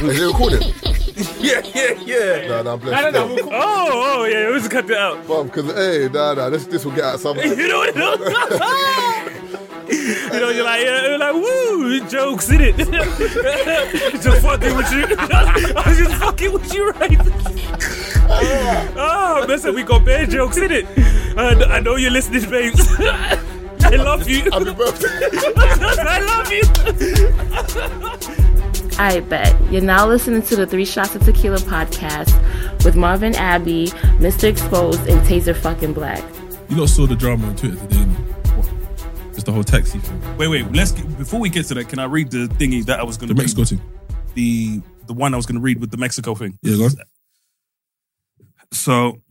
Is it recording? Yeah, yeah, yeah. nah, nah, I'm I don't blessed. know. Oh, oh, yeah. We'll just cut that out. Because, hey, nah, nah, this, this will get out something. You know what? You know, you're like, yeah, you're like, woo, jokes in it. just fucking with you. I was just fucking with you, right? oh, listen, we got bad jokes in it. And I know you're listening, babes. I love you. Happy birthday. I love you. I bet. You're now listening to the Three Shots of Tequila podcast with Marvin Abbey, Mr. Exposed, and Taser fucking Black. You lot saw the drama on Twitter today. innit? It's the whole taxi thing. Wait, wait. Let's get, before we get to that, can I read the thingy that I was going to The Mexico thing. the the one I was going to read with the Mexico thing? Yeah, go on. So,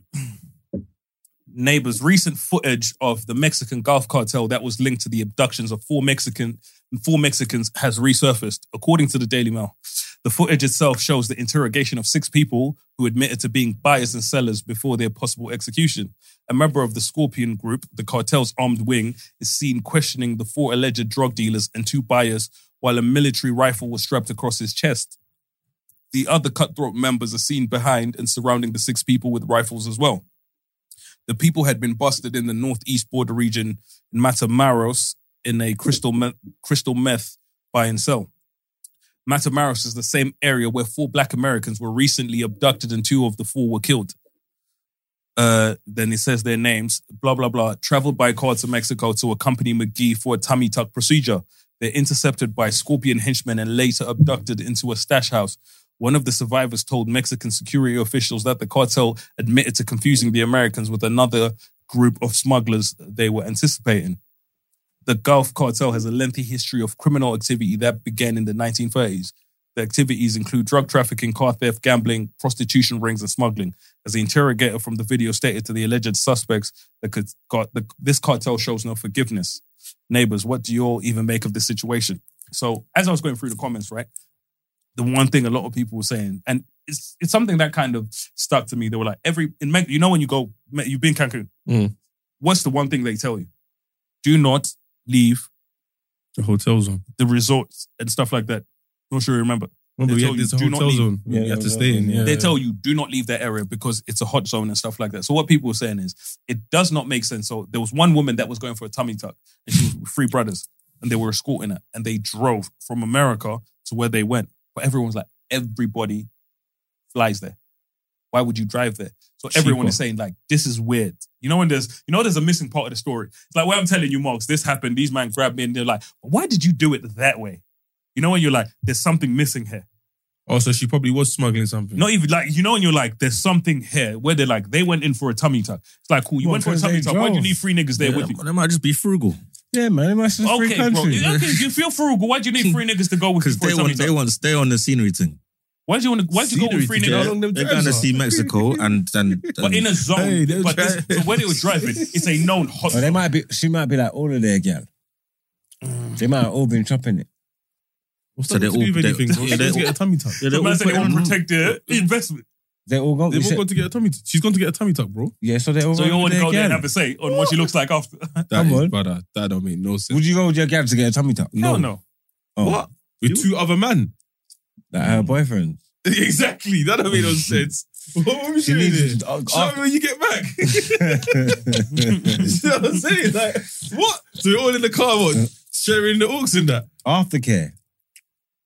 neighbors, recent footage of the Mexican golf cartel that was linked to the abductions of four Mexican four Mexicans has resurfaced, according to the Daily Mail. The footage itself shows the interrogation of six people who admitted to being buyers and sellers before their possible execution. A member of the Scorpion group, the cartel's armed wing, is seen questioning the four alleged drug dealers and two buyers while a military rifle was strapped across his chest the other cutthroat members are seen behind and surrounding the six people with rifles as well. The people had been busted in the northeast border region in Matamoros in a crystal meth, crystal meth buy and sell. Matamoros is the same area where four black Americans were recently abducted and two of the four were killed. Uh, then it says their names, blah, blah, blah, traveled by car to Mexico to accompany McGee for a tummy tuck procedure. They're intercepted by scorpion henchmen and later abducted into a stash house. One of the survivors told Mexican security officials that the cartel admitted to confusing the Americans with another group of smugglers they were anticipating. The Gulf cartel has a lengthy history of criminal activity that began in the 1930s. The activities include drug trafficking, car theft, gambling, prostitution rings, and smuggling. As the interrogator from the video stated to the alleged suspects, the, car- the, this cartel shows no forgiveness. Neighbors, what do you all even make of this situation? So, as I was going through the comments, right, the one thing a lot of people were saying, and it's it's something that kind of stuck to me. They were like, every in Mex- you know when you go, Me- you've been Cancun. Mm. What's the one thing they tell you? Do not leave The hotel zone. the resorts and stuff like that. Not sure you remember. Remember, They we told had you, this do not hotel leave. zone Yeah, you had yeah, to yeah. stay in. Yeah, they yeah. tell you do not leave that area because it's a hot zone and stuff like that. So what people were saying is it does not make sense. So there was one woman that was going for a tummy tuck and she was with three brothers and they were escorting her and they drove from America to where they went. But everyone's like, everybody flies there. Why would you drive there? So everyone Cheaper. is saying like, this is weird. You know when there's, you know there's a missing part of the story. It's like, well, I'm telling you, Marks, this happened. These men grabbed me and they're like, why did you do it that way? You know when you're like, there's something missing here. Oh, so she probably was smuggling something. Not even like you know, and you're like, there's something here where they're like, they went in for a tummy tuck. It's like, cool, you Well, went for a 'cause tummy they tuck. Why'd you drove. need three niggas there Yeah, with you? They might just be frugal Yeah, man. It's a free Okay, bro. country. Yeah, Okay, you feel frugal. Why'd you need three niggas to go with you Because for a they tummy want, tuck? they want to stay on the scenery thing. Why'd you want to, why'd you go with three Scenery, niggas? yeah. long them They're tabs going to are. see Mexico and and, and But in a zone, Hey, they were but this, driving. so where they were driving, it's a known hot. Or Oh, they might be. She might be like all of their gal. Mm. They might have all been chopping it. What's So that they got to do with all- they- anything? bro? yeah, She's they gone to all- get a tummy tuck. yeah, The they're man all said they putting won't on- protect their investment. They all go. They've we all said- gone to get a tummy tuck. She's gone to get a tummy tuck, bro. yeah, so they all. So go you want to with go there and their gal. have a say on what she looks like after. That Come is on. brother. That don't make no sense. Would you go with your gal to get a tummy tuck? No, no. Oh, What? With two other men. Like her boyfriend. exactly. That don't make no sense. What were we She doing here? needs. uh, Show me when you get back. you know what I'm saying? Like, what? So we're all in the car, what? Sharing the orcs and that. aftercare.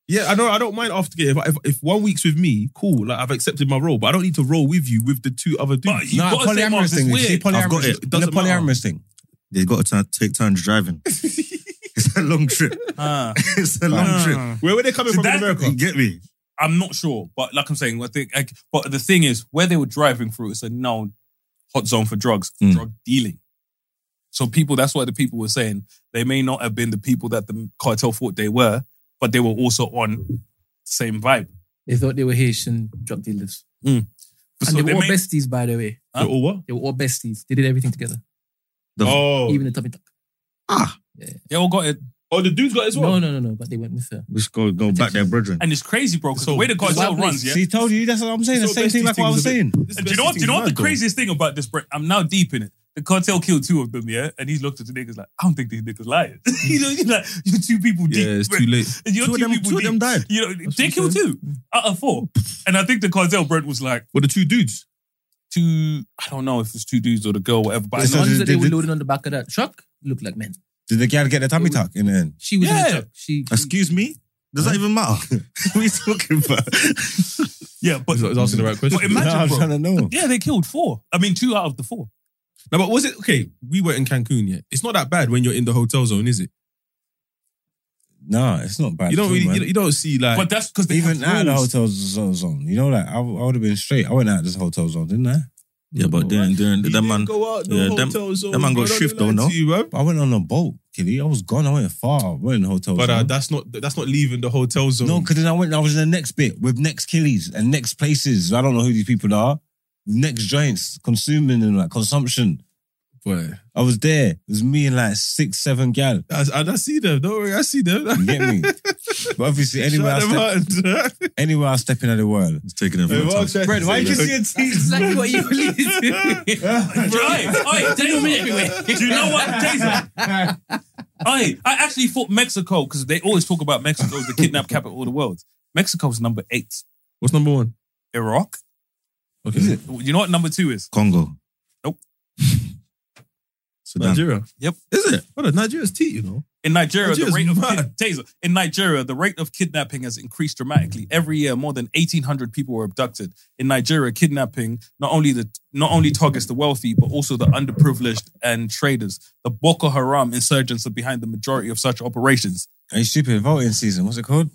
Yeah, I know. I don't mind aftercare. If, if, if one week's with me, cool. Like I've accepted my role, but I don't need to roll with you with the two other dudes. But you Nah, gotta say, Mark, polyamorous it's thing. weird. See, I've got polyamorous. it. It It does doesn't polyamorous thing. They've got to t- take turns driving. it's a long trip. Ah. It's a long trip. Ah. Where were they coming See, from in that's the America? You get me? I'm not sure, but like I'm saying, I think. Like, but the thing is, where they were driving through, it's a known hot zone for drugs, for Mm. drug dealing. So people, that's why the people were saying they may not have been the people that the cartel thought they were, but they were also on the same vibe. They thought they were Haitian drug dealers. And So they were all may- besties, by the way. Huh? They're all Oh, what? They were all besties. They did everything together, The- Oh, even the tummy tuck. they all got it, oh, the dudes got it as well. No, no, no, no. But they went with her. We should go go back there, brethren. and it's crazy, bro. Because So- the way the cartel Wild runs, yeah. She told you that's what I'm saying. The So same thing besties like what I was thing saying. This And do you know what? Do you know what the besties is mad, craziest thing about this? Break, I'm now deep in it. the cartel killed two of them, yeah? And he's looked at the niggas like, I don't think these niggas lying. you know, you're like, you're two people deep. Yeah, it's bro. too late. And You're Two two, of them- people two of deep. them died. You know, they killed two out of four. And I think the cartel Brent was like, Well, the two dudes. two, I don't know if it's two dudes or the girl, whatever, but I It's know. not- ones that they did- were did- loading on the back of that truck looked like men. Did the girl get the tummy tuck in the end? She was in Yeah. the truck. She, Excuse me? Does that even matter? what are you talking about? Yeah, but, He's asking the right question. But imagine, Nah, I'm bro. trying to know. yeah, they killed four. I mean, two out of the four. No, but was it okay? We were in Cancun, yeah. It's not that bad when you're in the hotel zone, is it? Nah, it's not bad. You don't at all, really, man. you, you don't see like. But that's because they even have out of the rules. hotel z- zone. You know that I, would have been straight. I went out of this hotel zone, didn't I? Yeah, but then, then, You that didn't man. go out yeah, them- zone, that man bro. got Don't shift lie though, to no? you, bro. I went on a boat, kiddie. I was gone. I went far. I went in the hotel But uh, zone. that's not that's not leaving the hotel zone. no, because then I went. I was in the next bit with next killies and next places. I don't know who these people are. Next joints, consuming and like consumption. boy. I was there. It was me and like six, seven gal. I, I, I see them. Don't worry, I see them. You get me? but obviously, anywhere I, Shut them step, out. anywhere I step into the world. He's taking it for the time. Brent, why you see exactly what you believe. Right. Oi, David. Do you know what, Jason? Oi, I actually thought Mexico, because they always talk about Mexico as the kidnap capital of the world. Mexico's number eight. What's number one? Iraq. Okay. You know what number two is? Congo. Nope. Sudan. Nigeria. Yep. Is it? Well, Nigeria's tea, you know. In Nigeria, Nigeria's the rate of mad. kid- Taser. In Nigeria, the rate of kidnapping has increased dramatically. Every year, more than eighteen hundred people were abducted. In Nigeria, kidnapping not only the not only targets the wealthy but also the underprivileged and traders. The Boko Haram insurgents are behind the majority of such operations. Are you stupid? Voting season. What's it called?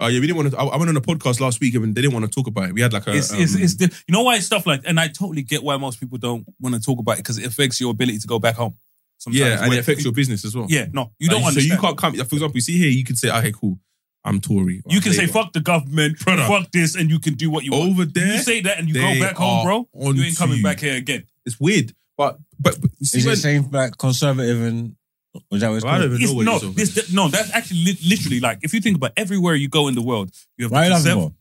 Oh yeah, we didn't want to. I, I went on a podcast last week and they didn't want to talk about it. We had like a. It's, it's, um, it's di- you know why it's stuff like, and I totally get why most people don't want to talk about it because it affects your ability to go back home. Sometimes yeah, and where- it affects your business as well. Yeah, no, you don't Like, understand. So you can't come. For example, you see here, you can say, "Okay, cool, I'm Tory." or You I'm can say Labour." fuck the government, Brother. Oh, fuck this, and you can do what you want. over there. You say that and you They go back home, are bro. on You ain't to coming you. back here again. it's weird, but but, but you see Is when- it same like conservative and was that what it's I don't called? even It's know what no, it this, is. th- no, that's actually li- literally like if you think about everywhere you go in the world, you have Why you the laughing conserv- for?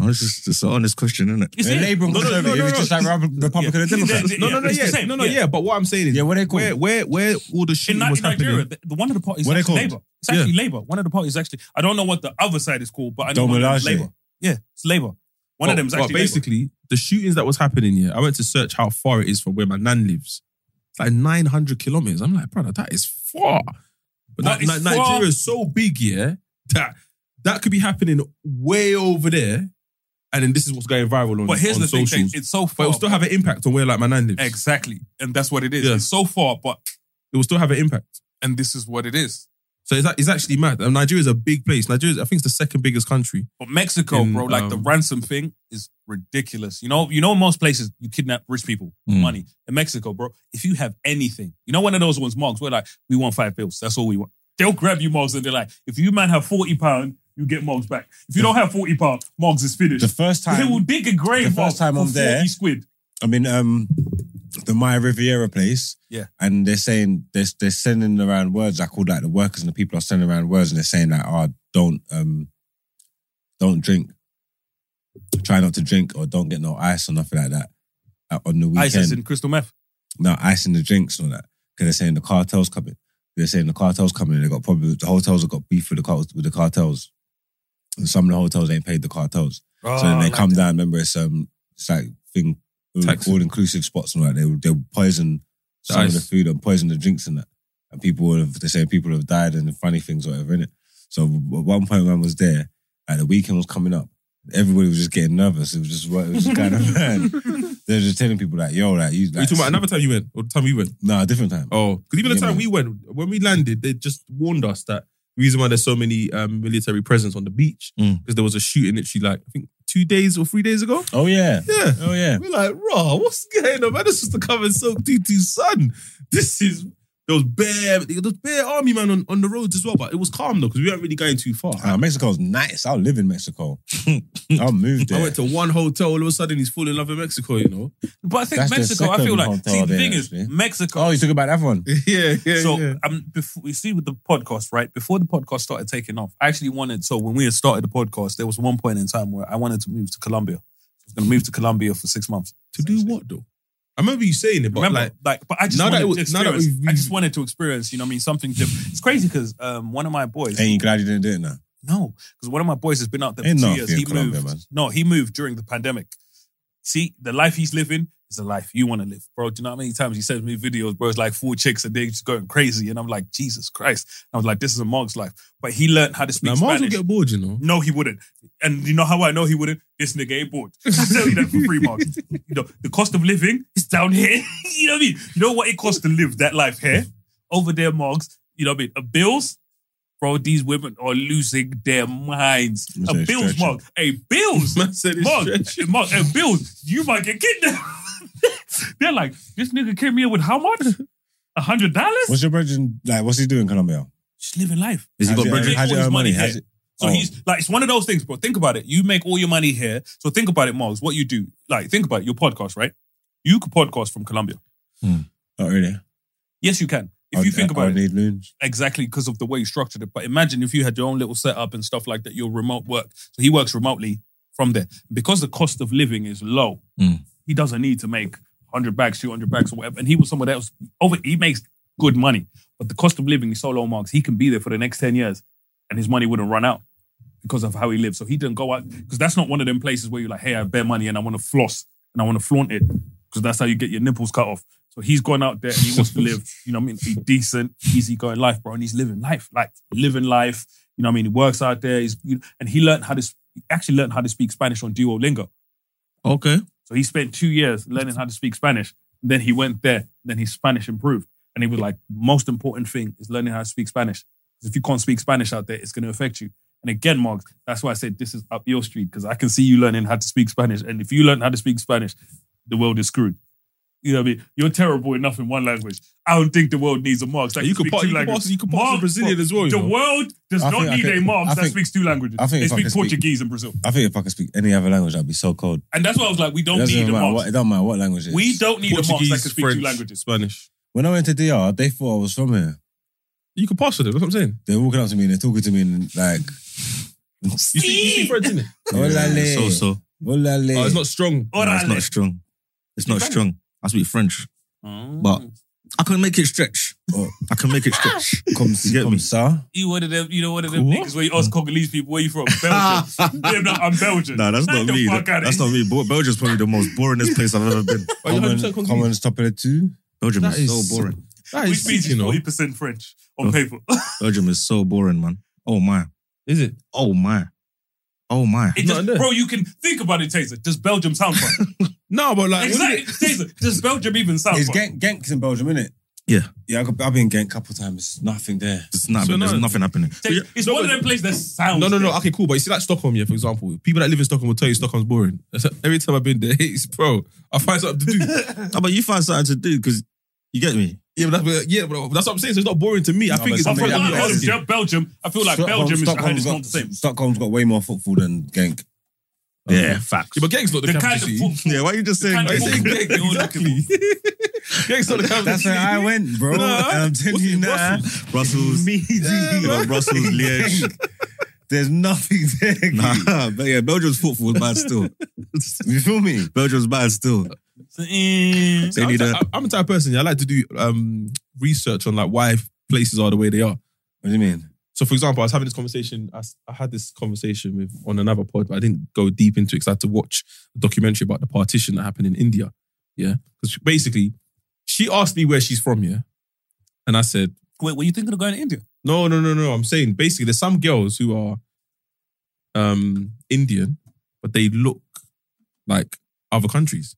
Oh, it's just it's an honest question, isn't it? It's They're it. Labour and No, no, no, conservative. no, it's no. just like Rep- Republican and Yeah. Democrat. Yeah, no, no, no, it's the yeah, same, no, no, yeah. yeah. But what I'm saying is, Yeah, what they called? where, where, where all the shit In, Ni- was in happening. Nigeria, the, the one of the parties What is they actually called? Labour. It's actually Labour. One of the parties is actually I don't know what the other side is called, but I know Dom one of them is Olaje. Labour. Yeah, it's Labour. One of them is But- but actually Labour. basically the shootings that was happening here. I went to search how far it is from where my nan lives. It's like 900 kilometers. I'm like, brother, that is far. But That that, is Ni- far. Nigeria is so big, yeah, that that could be happening way over there, and then this is what's going viral on, But here's on the thing: socials. James, it's so but far. it will still have an impact on where like my nan lives. exactly, and that's what it is. Yeah. It's so far, but It will still have an impact. and this is what it is. So it's, it's actually mad. And Nigeria is a big place. Nigeria, is, I think, it's the second biggest country. But Mexico, In, bro, like the um, ransom thing is ridiculous. You know, you know, most places you kidnap rich people, for Mm. money. In Mexico, bro, if you have anything, you know, one of those ones, Marks, we're like, we want five bills. That's all we want. They'll grab you, Marks, and they're like, if you man have forty pound, you get Marks back. If you don't have forty pound, Marks is finished. The first they will time, dig a grave. the first Marks, time for I'm there- 40 squid. I mean, um, the Maya Riviera place. Yeah. And they're saying they're, they're sending around words. I called like the workers and the people are sending around words, and they're saying like, "Oh, don't um, don't drink. Try not to drink, or don't get no ice or nothing like that." uh, on the weekend, ISIS and crystal meth. now icing the drinks and all that because they're saying the cartels coming. They're saying the cartels coming. They got problems. The hotels have got beef with the car- with the cartels, and some of the hotels ain't paid the cartels. so then they Ah, come down. Remember, it's um, it's like thing Oh, Taxi. all inclusive spots and all that. They they poison some of the Nice. food and poison the drinks and that. And people would have they're saying people have died and funny things or whatever in it. So at one point when I was there, and the weekend was coming up. Everybody was just getting nervous. It was just, it was just kind of man. They were just telling people like, "Yo, like you." Are you Like, talking about another time you went or the time we went? no, different time. Oh, because even the Yeah, time man. we went, when we landed, they just warned us that the reason why there's so many um, military presence on the beach because Mm. there was a shooting literally like I think two days or three days ago. Oh yeah. Yeah. Oh yeah. We're like, raw, what's going on? Man, this is the cover soak TT's son. This is there was bare there was bare army man on, on the roads as well, but it was calm though, because we weren't really going too far. Ah, Mexico's nice. I'll live in Mexico. I'll move there. I went to one hotel, all of a sudden he's falling in love with Mexico, you know? But I think That's the Mexico. I feel second like hotel see, the there, thing is actually. Mexico. oh, you talk about that one. yeah, yeah. so yeah. um, before you see with the podcast, right? Before the podcast started taking off, I actually wanted. So when we had started the podcast, there was one point in time where I wanted to move to Colombia. I was going to move to Colombia for six months To do what though? I remember you saying it, but Remember, like, like, but I just now that wanted it to was- now that experience. we've- I just wanted to experience. You know, what I mean, something different. It's crazy because um, one of my boys, Ain't you glad you didn't do it now? no, because one of my boys has been out there Ain't for two nothing years. in He Colombia, moved. man. No, he moved during the pandemic. See, the life he's living is the life you want to live, bro. Do you know how many times he sends me videos, bro? It's like four chicks and they're just going crazy, and I'm like, Jesus Christ! I was like, this is a Mark's life, but he learned how to speak now Mars will Spanish. get bored, you know. No, he wouldn't. And you know how I know he wouldn't? This nigga ain't bored. I tell you that for free, Mark. You know, the cost of living is down here. you know what I mean? You know what it costs to live that life here? Over there, Marks. You know what I mean? Uh, bills, bro, these women are losing their minds. Let Uh, me say bills, stretching. Mark. Hey, bills. Man said it's Mark, stretch. Mark, hey, bills, you might get kidnapped. They're like, this nigga came here with how much? A hundred dollars? What's your brethren like? What's he doing in Colombia? Just living life. Has he How's got brethren? brethren? how's All his earn money How's here. it- So Oh. he's like, it's one of those things, bro. Think about it. You make all your money here. So think about it, Margs. What you do, like, think about it, your podcast, right? You could podcast from Colombia. Not oh, really. Yes, you can. If I would- you think I about would it, need loons. exactly because of the way you structured it. But imagine if you had your own little setup and stuff like that, your remote work. So he works remotely from there. Because the cost of living is low, Mm. he doesn't need to make 100 bags, 200 bags, or whatever. And he was someone else. Over, he makes good money, but the cost of living is so low, Marks. He can be there for the next 10 years and his money wouldn't run out because of how he lives. So he didn't go out because that's not one of them places where you're like, hey, I have bare money and I want to floss and I want to flaunt it because that's how you get your nipples cut off. So he's gone out there and he wants to live, you know what I mean, be decent, easy going life, bro. And he's living life, like living life. You know what I mean? He works out there. He's, you and he learned how to, sp- he actually learned how to speak Spanish on Duolingo. Okay. So he spent two years learning how to speak Spanish. Then he went there. Then his Spanish improved. And he was like, most important thing is learning how to speak Spanish. 'Cause if you can't speak Spanish out there, it's going to affect you. And again, Mark, that's why I said this is up your street because I can see you learning how to speak Spanish. And if you learn how to speak Spanish, the world is screwed. You know what I mean? You're terrible enough in one language. I don't think the world needs a Marx. That You can could speak pass, two you could languages. pass, you could pass Marx, the Brazilian as well. You the know? world does I not think I need a can- Marx I that think- speaks two languages. I think they if I speak can speak- Portuguese in Brazil. I think if I could speak any other language, I'd be so cold. And that's why I was like, we It don't doesn't need a even matter Marx. what, it don't matter what language it is. We don't need a Marx that can Portuguese, speak French, two languages. Spanish. When I went to DR, they thought I was from here. You could pass with it. That's what I'm saying. They're walking up to me and they're talking to me and like, You see, you see French, innit? Olale. So so. Olale. Oh, it's not strong. No, it's Orale. not strong. It's not Spanish? strong. I speak French, Oh. but I can make it stretch. Mm. Oh. I can make it stretch. Come, You get come, me? sir. you one of them, you know, one of them What? niggas where you ask Congolese people, where you from? Belgium. They're not, I'm Belgian. Nah, that's Take not the me. fuck out of That's here. not me. Bel- Belgium's probably the most boringest place I've ever been. Why you Common- 100% Congolese? Common's top of the two. Belgium That is is- so boring. That We is, speak you know, 40% French on Oh. paper. Belgium is so boring, man. Oh my. is it? Oh my. Oh my. It just, Not there. bro, you can think about it, Taser. Does Belgium sound fun? No, but like, what is exactly. it? Taser, does Belgium even sound It's fun? Genk, Genk's in Belgium, isn't it? Yeah. Yeah, I've I've been in Genk a couple times. Nothing there. It's not, So there's no- nothing happening. Taser, it's No, one but- of them places that sounds. No, no, no. good. Okay, cool. But you see, like Stockholm, yeah, for example, people that live in Stockholm will tell you Stockholm's boring. Every time I've been there, it's bro, I find something to do. How about you find something to do? Because you get me. Yeah, but that's, yeah, but that's what I'm saying. So it's not boring to me. I No, think but it's I'm something from something that I'm you Belgium. ask asking. Belgium. Belgium. I feel like Belgium is behind it's not the same. Stockholm's got way more football than Genk. Yeah, facts. Yeah, but gang's not the, The capital kind of city. football. Yeah, why are you just the saying kind of that? football Exactly. you're looking for. Gang's not the capital That's where city. I went, bro. Nah. and I'm telling What's you in now. Brussels, Me, you know, Brussels, Liège. There's nothing there. Nah, but yeah, Belgium's football is bad still. You feel me? Belgium's bad still. Mm. They I'm, need the a type, I'm the type of person. Yeah, I like to do um, research on like why places are the way they are. What do you mean? So, for example, I was having this conversation. I, s- I had this conversation with on another pod, but I didn't go deep into it because I had to watch a documentary about the partition that happened in India. Yeah, because basically, she asked me where she's from. Yeah, and I said, Wait, were you thinking of going to India? No, no, no, no. I'm saying basically there's some girls who are um Indian, but they look like other countries.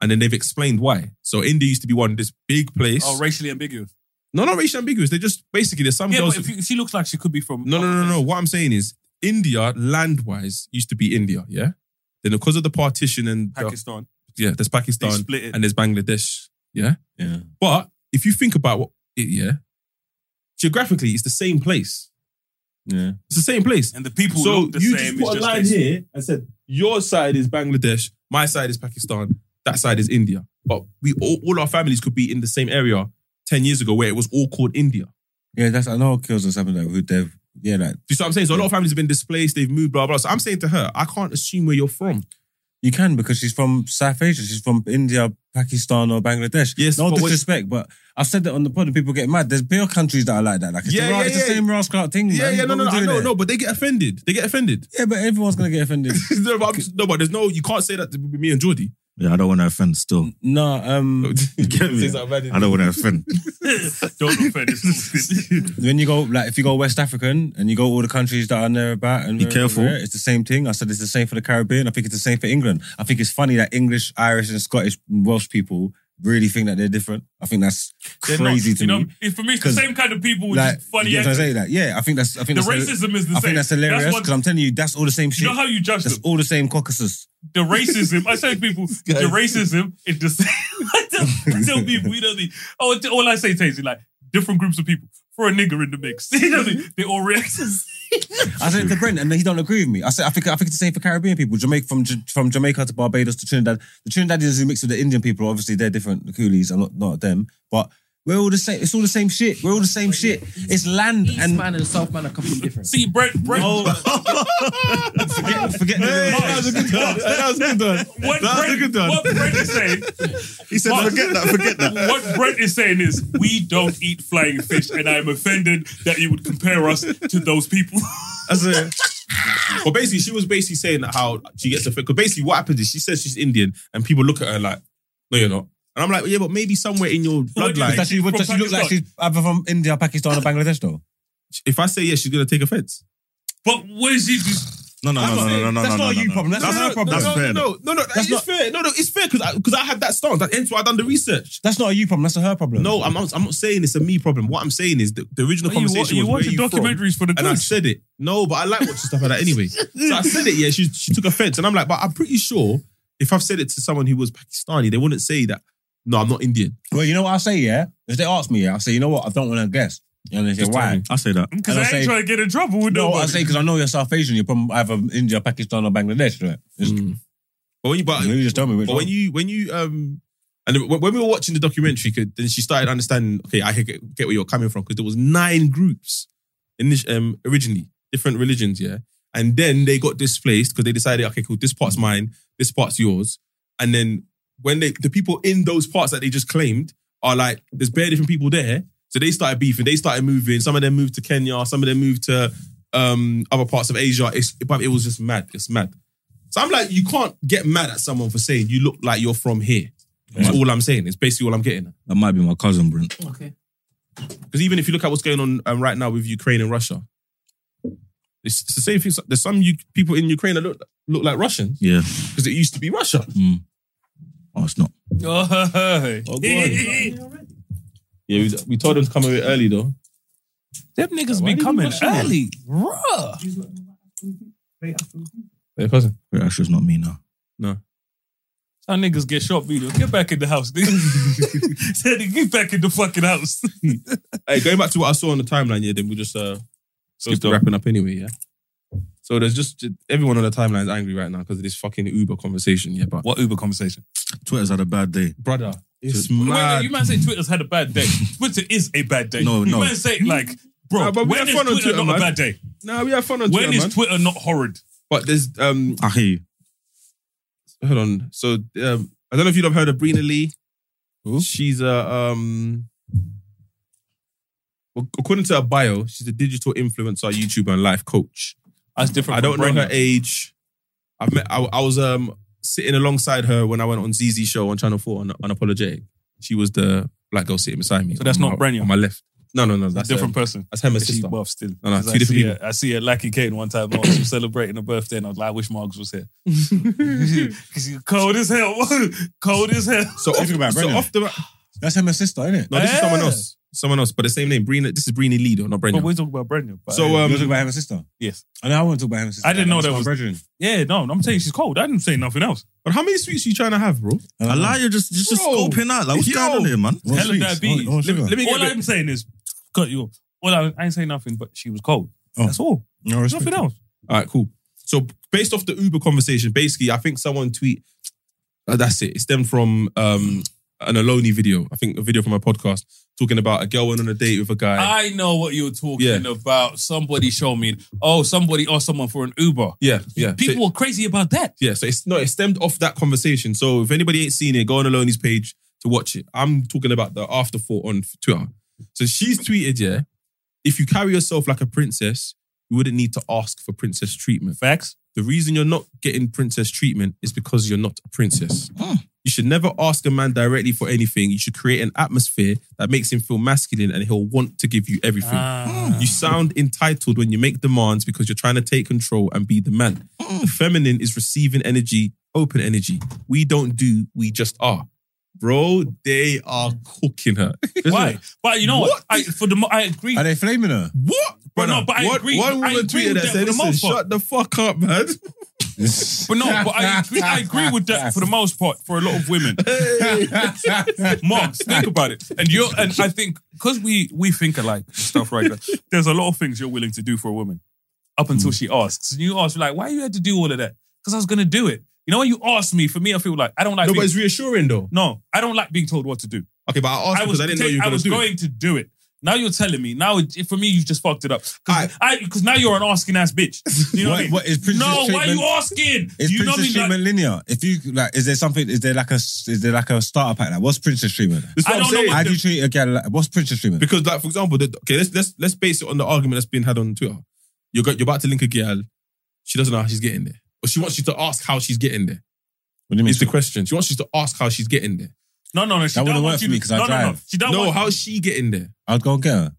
And then they've explained why. So India used to be one, this big place. Oh, racially ambiguous. no, not racially ambiguous. They're just basically there's some Yeah, girls. but if you, she looks like she could be from. no, no, no, no, no. What I'm saying is India land-wise used to be India, yeah? Then because of the partition and the- Pakistan. yeah, there's They Pakistan split it. and there's Bangladesh. Yeah. Yeah. But if you think about what it, yeah, geographically it's the same place. Yeah. It's the same place. And the people so look the you same. just put a it's just line they- here and said your side is Bangladesh, my side is Pakistan, that side is India. But we all, all our families could be in the same area ten years ago where it was all called India. Do Yeah, that's I know kills or something like who they've yeah, like you see what I'm saying? So a lot of families have been displaced, they've moved, blah blah. So I'm saying to her, I can't assume where you're from You can because she's from South Asia. She's from India, Pakistan, or Bangladesh. Yes, no but what- disrespect, but I've said that on the pod and people get mad. There's bigger countries that are like that. Like it's, Yeah, the, ra- yeah, it's yeah. the same rascal out thing. Yeah, man. yeah, no, What no, no, we I doing know, there? no, but they get offended. They get offended. Yeah, but everyone's gonna get offended. no, but I'm- no, but there's no. You can't say that to me and Jordy. Yeah, I don't want to offend still. no, Oh, um, You get me? Things like that. I don't want to offend. Don't offend. It's all good. when you go like if you go West African and you go all the countries that are near about and Be careful. yeah, it's the same thing. I said it's the same for the Caribbean. I think it's the same for England. I think it's funny that English, Irish, and Scottish and Welsh people really think that they're different. I think that's They're not. crazy to you know, me. if for me, it's the 'Cause, same kind of people, which Like, is funny. you as- know what I'm saying? Like, yeah, I think that's. I think the that's racism is the I same. think that's hilarious what- because I'm telling you, that's all the same shit. you know how you judge that's them. all the same caucuses. The racism. I tell people, the racism is the same. I tell, I tell people, we don't need. Oh, t- all I say, Tazy, like different groups of people. For a nigger in the mix, you know, they- they all react. I said it to Brent, and he don't agree with me. I said I think I think it's the same for Caribbean people. Jamaica from J- from Jamaica to Barbados to Trinidad. The Trinidadians who mix with the Indian people, obviously they're different. The coolies are not not them, but we're all the same. It's all the same shit. We're all the same shit. It's land East and man and South man are completely different. See, Brent, Brent, forget, forget that was a good one. That was a good one. what, That was a Brent, good one. what Brent is saying, He said, Mark. forget that, forget that. what Brent is saying is, we don't eat flying fish, and I am offended that you would compare us to those people. As a, but basically, she was basically saying that how she gets offended. Because basically, what happens is she says she's Indian, and people look at her like, "No, you're not." And I'm like, "Yeah, but maybe somewhere in your What do you bloodline, think? Does she, From does she look like Pakistan. she's either from India, Pakistan, or Bangladesh though? if I say yes, she's gonna take offense." But where's he just? No, no, no, no, no, no, no. That's no, not no, you no. problem. That's That's her no, problem. that's no, fair. No, no, no, it's That's not- fair. No, no, it's fair because I because I have that stance. That's why I done the research. That's not a you problem. That's a her problem. No, I'm not, I'm not saying it's a me problem. What I'm saying is the, the original conversation you, was watching where you from. documentaries for the And I good. said it. No, but I like watching stuff like that anyway. So I said it, yeah. She, she took offense. And I'm like, but I'm pretty sure if I've said it to someone who was Pakistani, they wouldn't say that, no, I'm not Indian. Well, you know what I'll say. Yeah, if they ask me, yeah, I'll say, you know what, I don't want to guess. And they say, Just tell why? me. I say that. Because And I I ain't say- trying to get in trouble with No, I nobody. say because I know you're South Asian. You're from either India, Pakistan, or Bangladesh, right? It's- But when you, but, you just tell me which but when you, when you, um, and when when we were watching the documentary, 'cause then she started understanding, okay, I get, get where you're coming from because there was nine groups in this, um, originally, different religions, yeah. And then they got displaced because they decided, okay, cool, this part's mine, this part's yours. And then when they the people in those parts that they just claimed are like, there's bare different people there. So they started beefing, they started moving. Some of them moved to Kenya, some of them moved to um, other parts of Asia. It's, but it was just mad. It's mad. So I'm like, you can't get mad at someone for saying you look like you're from here. That's all I'm saying. It's basically all I'm getting at. That might be my cousin, Brent. Okay. Because even if you look at what's going on um, right now with Ukraine and Russia, it's, it's the same thing. There's some U- people in Ukraine that look, look like Russians Yeah. because it used to be Russia. Oh, it's not. Oh, go Yeah, we, we told them to come a bit early though. Them niggas be coming early. Bruh. Their cousin. Wait, actually, it's not me now. How niggas get shot video. Get back in the house, nigga. Said, get back in the fucking house. Hey, going back to what I saw on the timeline, yeah, then we just uh, skip to wrapping up anyway, yeah. So there's just everyone on the timeline is angry right now because of this fucking Uber conversation, yeah. But What Uber conversation? Twitter's had a bad day. brother, it's Wait, wait, mad. you might say Twitter's had a bad day. Twitter is a bad day. No, you no. might say it like, bro, Nah, but we when had is fun on Twitter Twitter, not man. a bad day? Nah, we have fun on When is Twitter, man. Twitter not horrid? But there's um I hear you. hold on. So um I don't know if you've heard of Brina Lee. She's a um well, according to her bio, she's a digital influencer, YouTuber, and life coach. That's different. I from don't know her Brandon. age. I've met, I, I was um sitting alongside her when I went on ZZ show on Channel 4 on Unapologetic. She was the black girl sitting beside me. So that's on not my, Brenya? On my left. No, no, no. That's That's a different Her, person. that's her my But She's sister. buff still. No, no, 'Cause two I different see people. Her, I see her at Lackey Kane one time. I was celebrating her birthday, and I was like, "I wish Margs was here because she's cold as hell, cold as hell." So off, Talking about so Brenya. off the That's him and sister, isn't it? no, this is someone Yeah. else. Someone else, but the same name. Brina. This is Brina Lee, though, not Brenya. But we're talking about Brenda. but- So, you um, want to talk about him and sister? Yes. I know I want to talk about him and sister. I didn't know That's that my was- brethren. yeah, no, I'm telling you, she's cold. I didn't say nothing else. But how many sweets are you trying to have, bro? I I don't lie, know. you're just, just, just Yo. scoping out. Like, what's Yo. going on here, man? What Hell of sweets? diabetes. I want- I want Let me, let me All get a bit- I'm saying is, cut you off. All I, I ain't saying nothing, but she was cold. Oh. That's all. No respect. Nothing else. All right, cool. So based off the Uber conversation, basically, I think someone tweet. Uh, that's it. It's them from um, an Aloni video. I think a video from my podcast talking about a girl went on a date with a guy. I know what you're talking Yeah. about. Somebody showed me. Oh, somebody asked someone for an Uber. yeah, yeah. So- People were crazy about that. Yeah, so it's no, it stemmed off that conversation. So if anybody ain't seen it, go on Aloni's page to watch it. I'm talking about the afterthought on Twitter. So she's tweeted, yeah, if you carry yourself like a princess, you wouldn't need to ask for princess treatment. Facts. The reason you're not getting princess treatment is because you're not a princess. You should never ask a man directly for anything. You should create an atmosphere that makes him feel masculine and he'll want to give you everything. Ah. You sound entitled when you make demands because you're trying to take control and be the man. The feminine is receiving energy, open energy. We don't do, we just are. Bro, they are cooking her. Why? But you know what? I, for the mo- I agree. Are they flaming her? what? But no, but I one, agree. One I woman agree with tweeted that that said, for the listen, most part. shut the fuck up, man. But no, but I agree, I agree with that for the most part for a lot of women. Marks, think about it, and you are and I think because we we think alike and stuff right there. There's a lot of things you're willing to do for a woman up until Hmm. she asks, and you ask like, why you had to do all of that? Because I was gonna do it. You know, when you ask me, for me, I feel like I don't like. no, but being, it's reassuring though. no, I don't like being told what to do. Okay, but I asked I because was, I, didn't know you were I going was to do it. going to do it. Now you're telling me. Now it, for me, you've just fucked it up. Aye. Because now you're an asking ass bitch. You know what, I What- mean? what is princess no, why are treatment- you asking? Is you know what I mean? princess Like, treatment linear? If you like, is there something? Is there like a? Is there like a starter pack? Like, what's princess treatment? That's what I I'm don't know saying. what How do you treat a girl? Like, what's princess treatment? Because, like, for example, the, okay, let's let's let's base it on the argument that's being had on Twitter. You're go- you're about to link a girl. She doesn't know how she's getting there, or she wants you to ask how she's getting there. What do you mean? Is the question? She wants you to ask how she's getting there. no, no, no. She That don't wouldn't want work you for me to- 'cause I no, no, no. drive. She don't no, want. how's she getting there? I'd go and get her.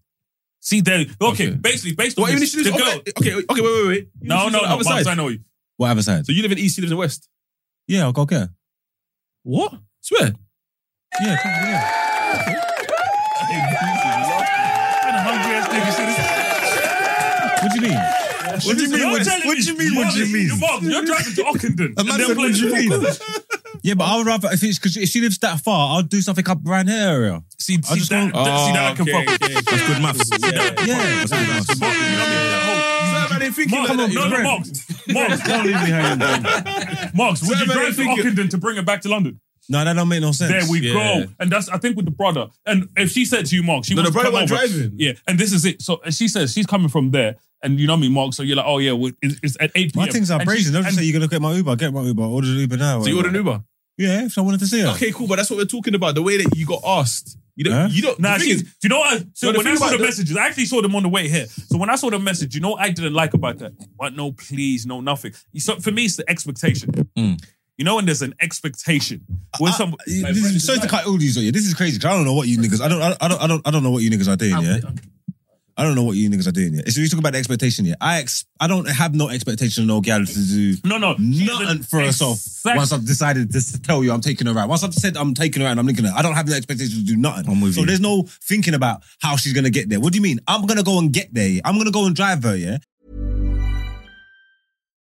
See, there. Okay, Okay. basically, based on Well, even this, if she lives the on- girl. okay, okay, wait, wait, wait. Even No, if she lives no, on the no. other Marks, side. I know you. Whatever side. So you live in east, she lives in west. yeah, I'll go get her. What? Swear. Yeah, come on, yeah. Kind of hungry ass nigga. What do you mean? What do you mean? What do you mean? What do you mean? Mark, you're driving to Ockenden. and then play- Yeah, but I would rather if it's because if she lives that far, I'll do something up around her area. See, see just that. go- that- See that I can Oh, fuck. with. That's good maths. Yeah, that's what I'm Mark, you know what I mean? That whole- Mark, Come on, no, no, bro. Marks. Marks, don't leave me hanging. Marks, would you Seven, drive to thank you. Ockenden to bring her back to London? No, that don't make no sense. There we Yeah. go. And that's, I think, with the brother. And if she said to you, Mark, she No, was the brother come was over. driving. Yeah, and this is it. So and she says she's coming from there, and you know me, Mark. So you're like, oh yeah, well, it's, it's at eight My p.m. things are And brazen. she- They'll just and- say you're gonna get my Uber. Get my Uber. Order an Uber now. So you order an Uber. Yeah, if I wanted to see her. Okay, cool. But that's what we're talking about. The way that you got asked. You don't. Huh? You don't. Nah, the thing she's, is, do you know what? I- So No, the when I thing saw the about the- messages, I actually saw them on the way here. So when I saw the message, you know what I didn't like about that? But no, please, no, nothing. So for me, it's the expectation. Mm. You know, when there's an expectation. When Uh, I- some, I- this is, sorry to cut all these. on you. This is crazy. 'cause I don't know what you niggas. I don't. I don't. I don't. I don't know what you niggas are doing. Yeah. I don't know what you niggas are doing. Yeah. So you talk about the expectation. Yeah. I. Ex- I don't have no expectation of no gal to do. no, no. she's an Nothing for herself. exact- Once I've decided to tell you I'm taking her out. Once I've said I'm taking her out, and I'm linking her. I don't have the expectation to do nothing. I'm with so you. there's no thinking about how she's gonna get there. What do you mean? I'm gonna go and get there. yeah? I'm gonna go and drive her. Yeah.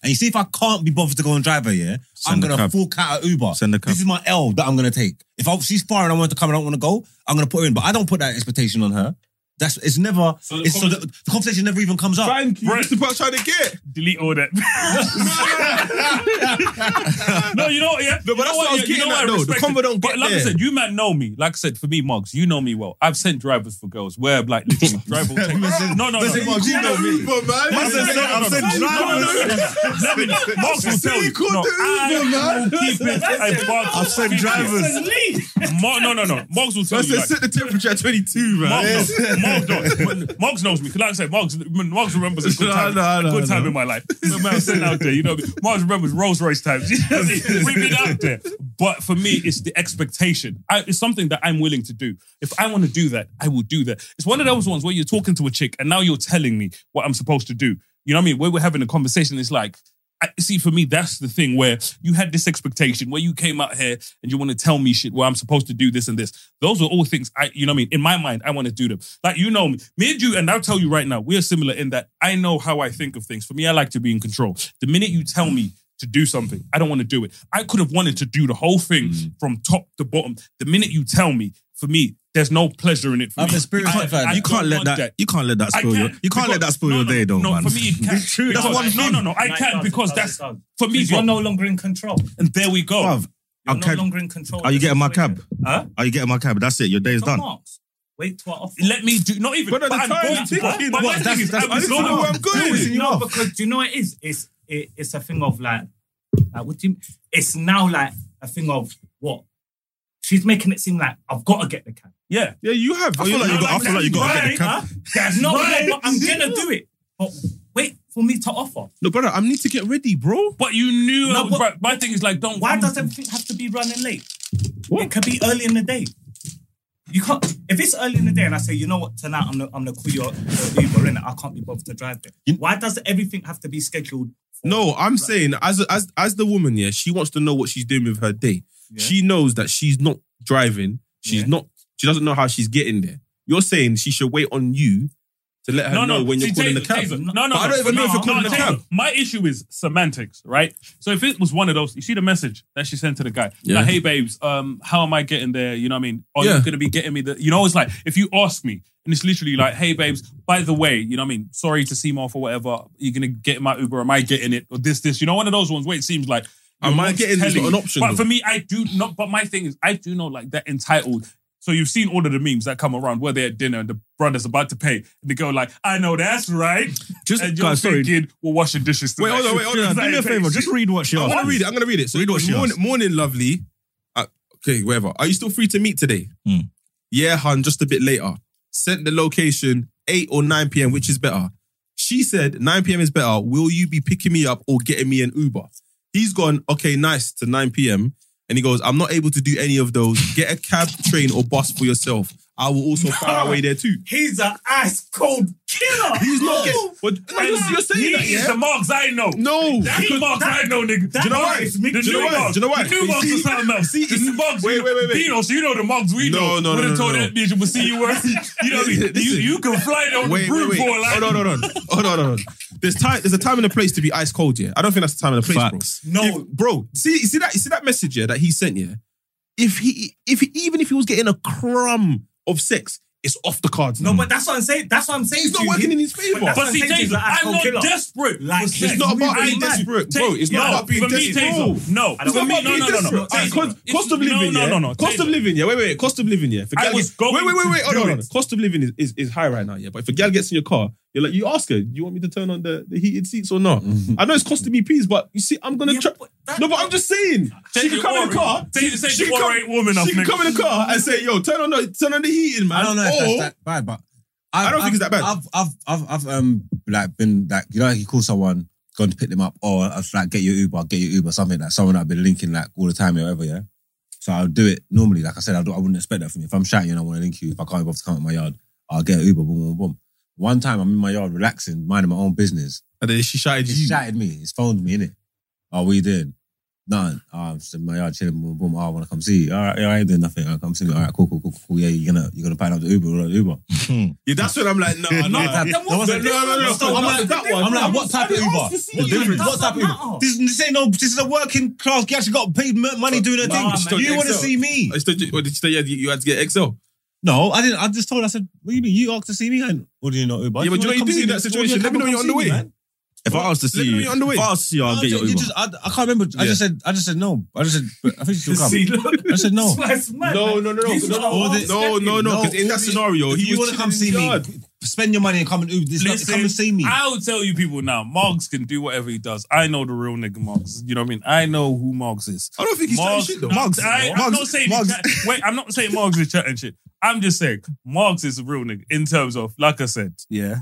And you see, if I can't be bothered to go and drive her, yeah, Send I'm a gonna cab. fork out an Uber. Send a cab. This is my L that I'm gonna take. If I, she's far and I want her to come and I don't want to go, I'm gonna put her in. But I don't put that expectation on her. That's it's never. the it's, so the, the conversation never even comes up. Thank you. Right. That's what I'm trying to get. delete all that. no, you know, yeah. you No, but know that's what I was yeah, you getting know at, I though. The respect combo it. don't But get like I there. said, you man know me. Like I said, for me, Mugs, you know me well. I've sent drivers for girls. Where like literally driver will take. Listen, No, no, no. listen, Mugs, you know me. Uber, man. No, no, no, Listen, no, I've no, sent no, no, drivers. no, no, no. Let me- Mugs will tell you. called No, the Uber, I man. will keep it a buck I've sent 50. drivers. Mu- No, no, no. Mugs will tell That's you. it. like, Set the temperature at 22, man. Marks knows. Marks knows. When- Marks knows me. Cause like I said, Marks, Marks remembers a good No, time, no, no, a good time no. in my life. The man I'm sitting out there, you know. what I mean? Marks remembers Rolls Royce times. You know what I mean? We've been out there, but for me, it's the expectation. I, it's something that I'm willing to do. If I want to do that, I will do that. It's one of those ones where you're talking to a chick and now you're telling me what I'm supposed to do. You know what I mean? Where we're having a conversation, it's like. I, see, for me, that's the thing where you had this expectation where you came out here and you want to tell me shit where I'm supposed to do this and this. Those are all things I, you know what I mean? In my mind, I want to do them. Like, you know me. Me and you, and I'll tell you right now, we are similar in that I know how I think of things. For me, I like to be in control. The minute you tell me to do something, I don't want to do it. I could have wanted to do the whole thing Mm. from top to bottom. The minute you tell me, for me, there's no pleasure in it. For I've me. experienced I- that, fam. I You don't can't let want that- you can't let that I spoil your- you can't let that spoil your day, though, no, man. For me, it can. It's true. Because- That's one No, thing. no, no. I No, it can't does, because it that's does, it does. for me. You're bro. no longer in control. And there we go. Bruv, You're I'll no cab- longer in control. Are you getting my cab? Huh? Are you getting my cab? That's it. Your day is Come done. on. Wait till I offer. Let me do not even. But at the I'm time, going you're to- thinking, but what, the that's- thing is, that's- I I'm just going know where I'm to going. do it. Listen, you no, are. because do you know what it is? It's it, it's a thing of like, like what do you? It's now like a thing of what? She's making it seem like I've got to get the cab. Yeah. Yeah, you have. I feel like you got. I feel like you got to get the cab. There's no, way, but I'm gonna do it. But wait for me to offer. No, brother, I need to get ready, bro. But you knew. No, but- bro, my thing is like, don't. Why I'm- does everything have to be running late? What? It could be early in the day. You can't. If it's early in the day and I say, you know what, tonight I'm gonna, I'm gonna call your, your Uber in, I can't be bothered to drive there. Why does everything have to be scheduled? for- No, I'm saying as as as the woman, yeah, she wants to know what she's doing with her day. She knows that she's not driving. She's Yeah. not. She doesn't know how she's getting there. You're saying she should wait on you to let her No, know no, when you're see, calling the Taser, cab. Taser, No, no, But I don't even know if you're no, calling no, the Taser, cab. My issue is semantics, right? So if it was one of those, you see the message that she sent to the guy, Yeah. like, "Hey babes, um, how am I getting there? You know what I mean? Are Yeah. you gonna be getting me the? You know, it's like if you ask me, and it's literally like, "Hey babes, by the way, you know what I mean? Sorry to seem off or whatever. You're gonna get my Uber? Am I getting it? Or this, this? You know, one of those ones where it seems like." Am you're I not getting this? telling- Not an option, But for though. me, I do not. But my thing is, I do know like that entitled so you've seen all of the memes that come around where they're at dinner and the brother's about to pay, and the girl like, I know that's right. Just- and you're guys, sorry. thinking, we're washing dishes Wait, tonight. hold on, wait, hold on. Like, Do me a favor. Just read what she I'm asked. gonna read it. I'm gonna read it. So Read what she morning, asked. morning, lovely. Uh, okay, whatever. Are you still free to meet today? Hmm. Yeah, hun. Just a bit later. Sent the location eight or nine p.m. Which is better? She said nine p.m. is better. Will you be picking me up or getting me an Uber? He's gone. Okay, nice to nine p.m. And he goes, I'm not able to do any of those. Get a cab, train, or bus for yourself. I will also find my way there too. He's an ice cold killer. He's not getting. But, no, you're, you're saying he that, is yeah? the marks I know. No. That's the marks I know, nigga. that Do you know why? worries me. The Do you know new why? marks. Do you know why? The new You marks are see- something else. see, the it's- marks. wait, you- wait, wait, wait. Dinos, you know the marks we No, know. no, no, Would've no, told no. that bitch, we'll see you where. You know what I mean? You, Listen. you can fly down the broom for like. Hold on, hold on, hold on, hold on. There's time. There's a time and a place to be ice cold. Yeah, I don't think that's the time and the place, Facts. bro. No, bro. See, you see that. You see that message yeah, that he sent. Yeah, if he, if he, even if he was getting a crumb of sex, it's off the cards. No, but that's what I'm saying. That's what I'm saying. He's not to you. working in his But favour. that's But what But see, saying to you, he's Taser, an ice I'm cold not killer. desperate. Like, for it's sex. not about I'm being mad. desperate, Ta- bro. It's not no, about being for me, desperate. Taser, No, I For don't me, want no, to no, be no, no, no. desperate. Alright, Taser, cost, it's- cost of living, No, yeah. no, no, no. Cost of Taser. living, yeah. Wait, wait, wait. Cost of living, yeah. If a I gal was gets- going wait, wait, wait, to wait. Hold on, do hold on. it. Cost of living is, is, is high right now, yeah. But if a gal gets in your car, you're like, you ask her, do you want me to turn on the, the heated seats or not? Mm-hmm. I know it's costing me peas, but you see, I'm gonna Yeah, try. but that- no, but I'm just saying. She Take can it come in worry. the car. Take it- take she it can worry, woman, I She can think. come in the car and say, yo, turn on the turn on the heating, man. I don't know if Or- that's that bad, but I, I don't think it's that bad. I've, I've, I've, I've, um, like been like, you know, like you call someone, gone to pick them up, or I was like, get your Uber, get your Uber, something like someone I've been linking like all the time or whatever, yeah. So I'll do it normally. Like I said, I, don't, I wouldn't expect that from you. If I'm shouting and I want to link you, if I can't be bothered to come in my yard, I'll get an Uber, boom, boom, boom. One time I'm in my yard relaxing, minding my own business. And then she shouted He you. shouted me. He's phoned me, innit? Oh, what you doing? Nothing. Oh, I'm just in my yard chilling. Boom, boom. Oh, I want to come see you. All right, yeah, I ain't doing nothing. All right, come see me. All right, cool, cool, cool, cool, cool. Yeah, you're gonna you're gonna pack up the Uber, all right, Uber. Yeah, that's when I'm like, no, no, no, that- that no, no, wasn't- no, So no. I'm what- like that one. I'm like, what type of I Uber? asked to see The you. difference. Doesn't What's up, Uber? matter. This, this ain't no. This is a working class. You actually got paid m- money doing a Nah, man, thing. You don't want to think so. see me? I just told you- what did Oh, you say? You had- You had to get XL. No, I didn't. I just told. her, I said, "What do you mean? You asked to see me, and or do you not Uber? Yeah, but you know wanna what you come do see in me? that Or do situation? wanna Let me come know you're on see the way. man? If I asked to Let see me know you, you're on the way. if I asked to see you, I'll No, get you- your you Uber. just- I, I can't remember. I just said. I just said no. I just said. but I think she'll come. See, look. I said no. That's mad, No, man. no, no, no, These no, are all no, no, no, no. Because in that scenario, If he you was want chilling to come in see his me? yard. Spend your money and come and Uber. This Listen, come and see me. I'll tell you people now, Moggs can do whatever he does. I know the real nigga Moggs. You know what I mean? I know who Moggs is. I don't think he's Moggs, saying shit though. no, I, I'm Moggs, not saying Moggs. He chat, wait, I'm not saying Moggs is chatting shit. I'm just saying Moggs is a real nigga in terms of, like I said, yeah.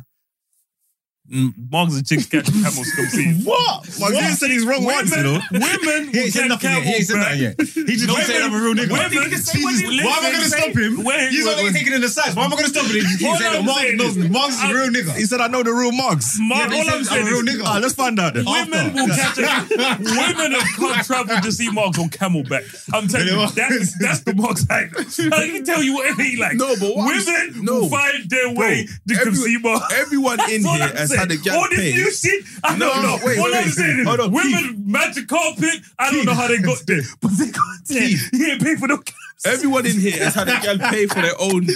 Margs and chicks catching camels come see. What? Margs didn't say these wrong words, you know. Women He ain't said nothing yet. He ain't said nothing yet. He just said I'm a real nigga. Women, He just- Why am I going to stop him? He's already taking it in the sides. Why am I going to stop him? He All said that I'm Margs saying knows is- me. Margs is a real nigga. He said I know the real Margs. Marg- all I'm saying a real is- nigga. Ah, let's find out then. Women will catch a, women have come travel to see Margs on camelback. I'm telling you, that is, that's the Margs like. I can tell you what he like. No, but what I'm s- women no. will find their Bro, way to come every- see Margs. everyone in That's all here I'm has saying. had a gap All this pay. new shit, I No, don't no, know. wait, all wait. I'm saying is Hold on, women magic carpet. I don't know how they got there, but they got there. You ain't pay for no. Everyone in here has had a gal pay for their own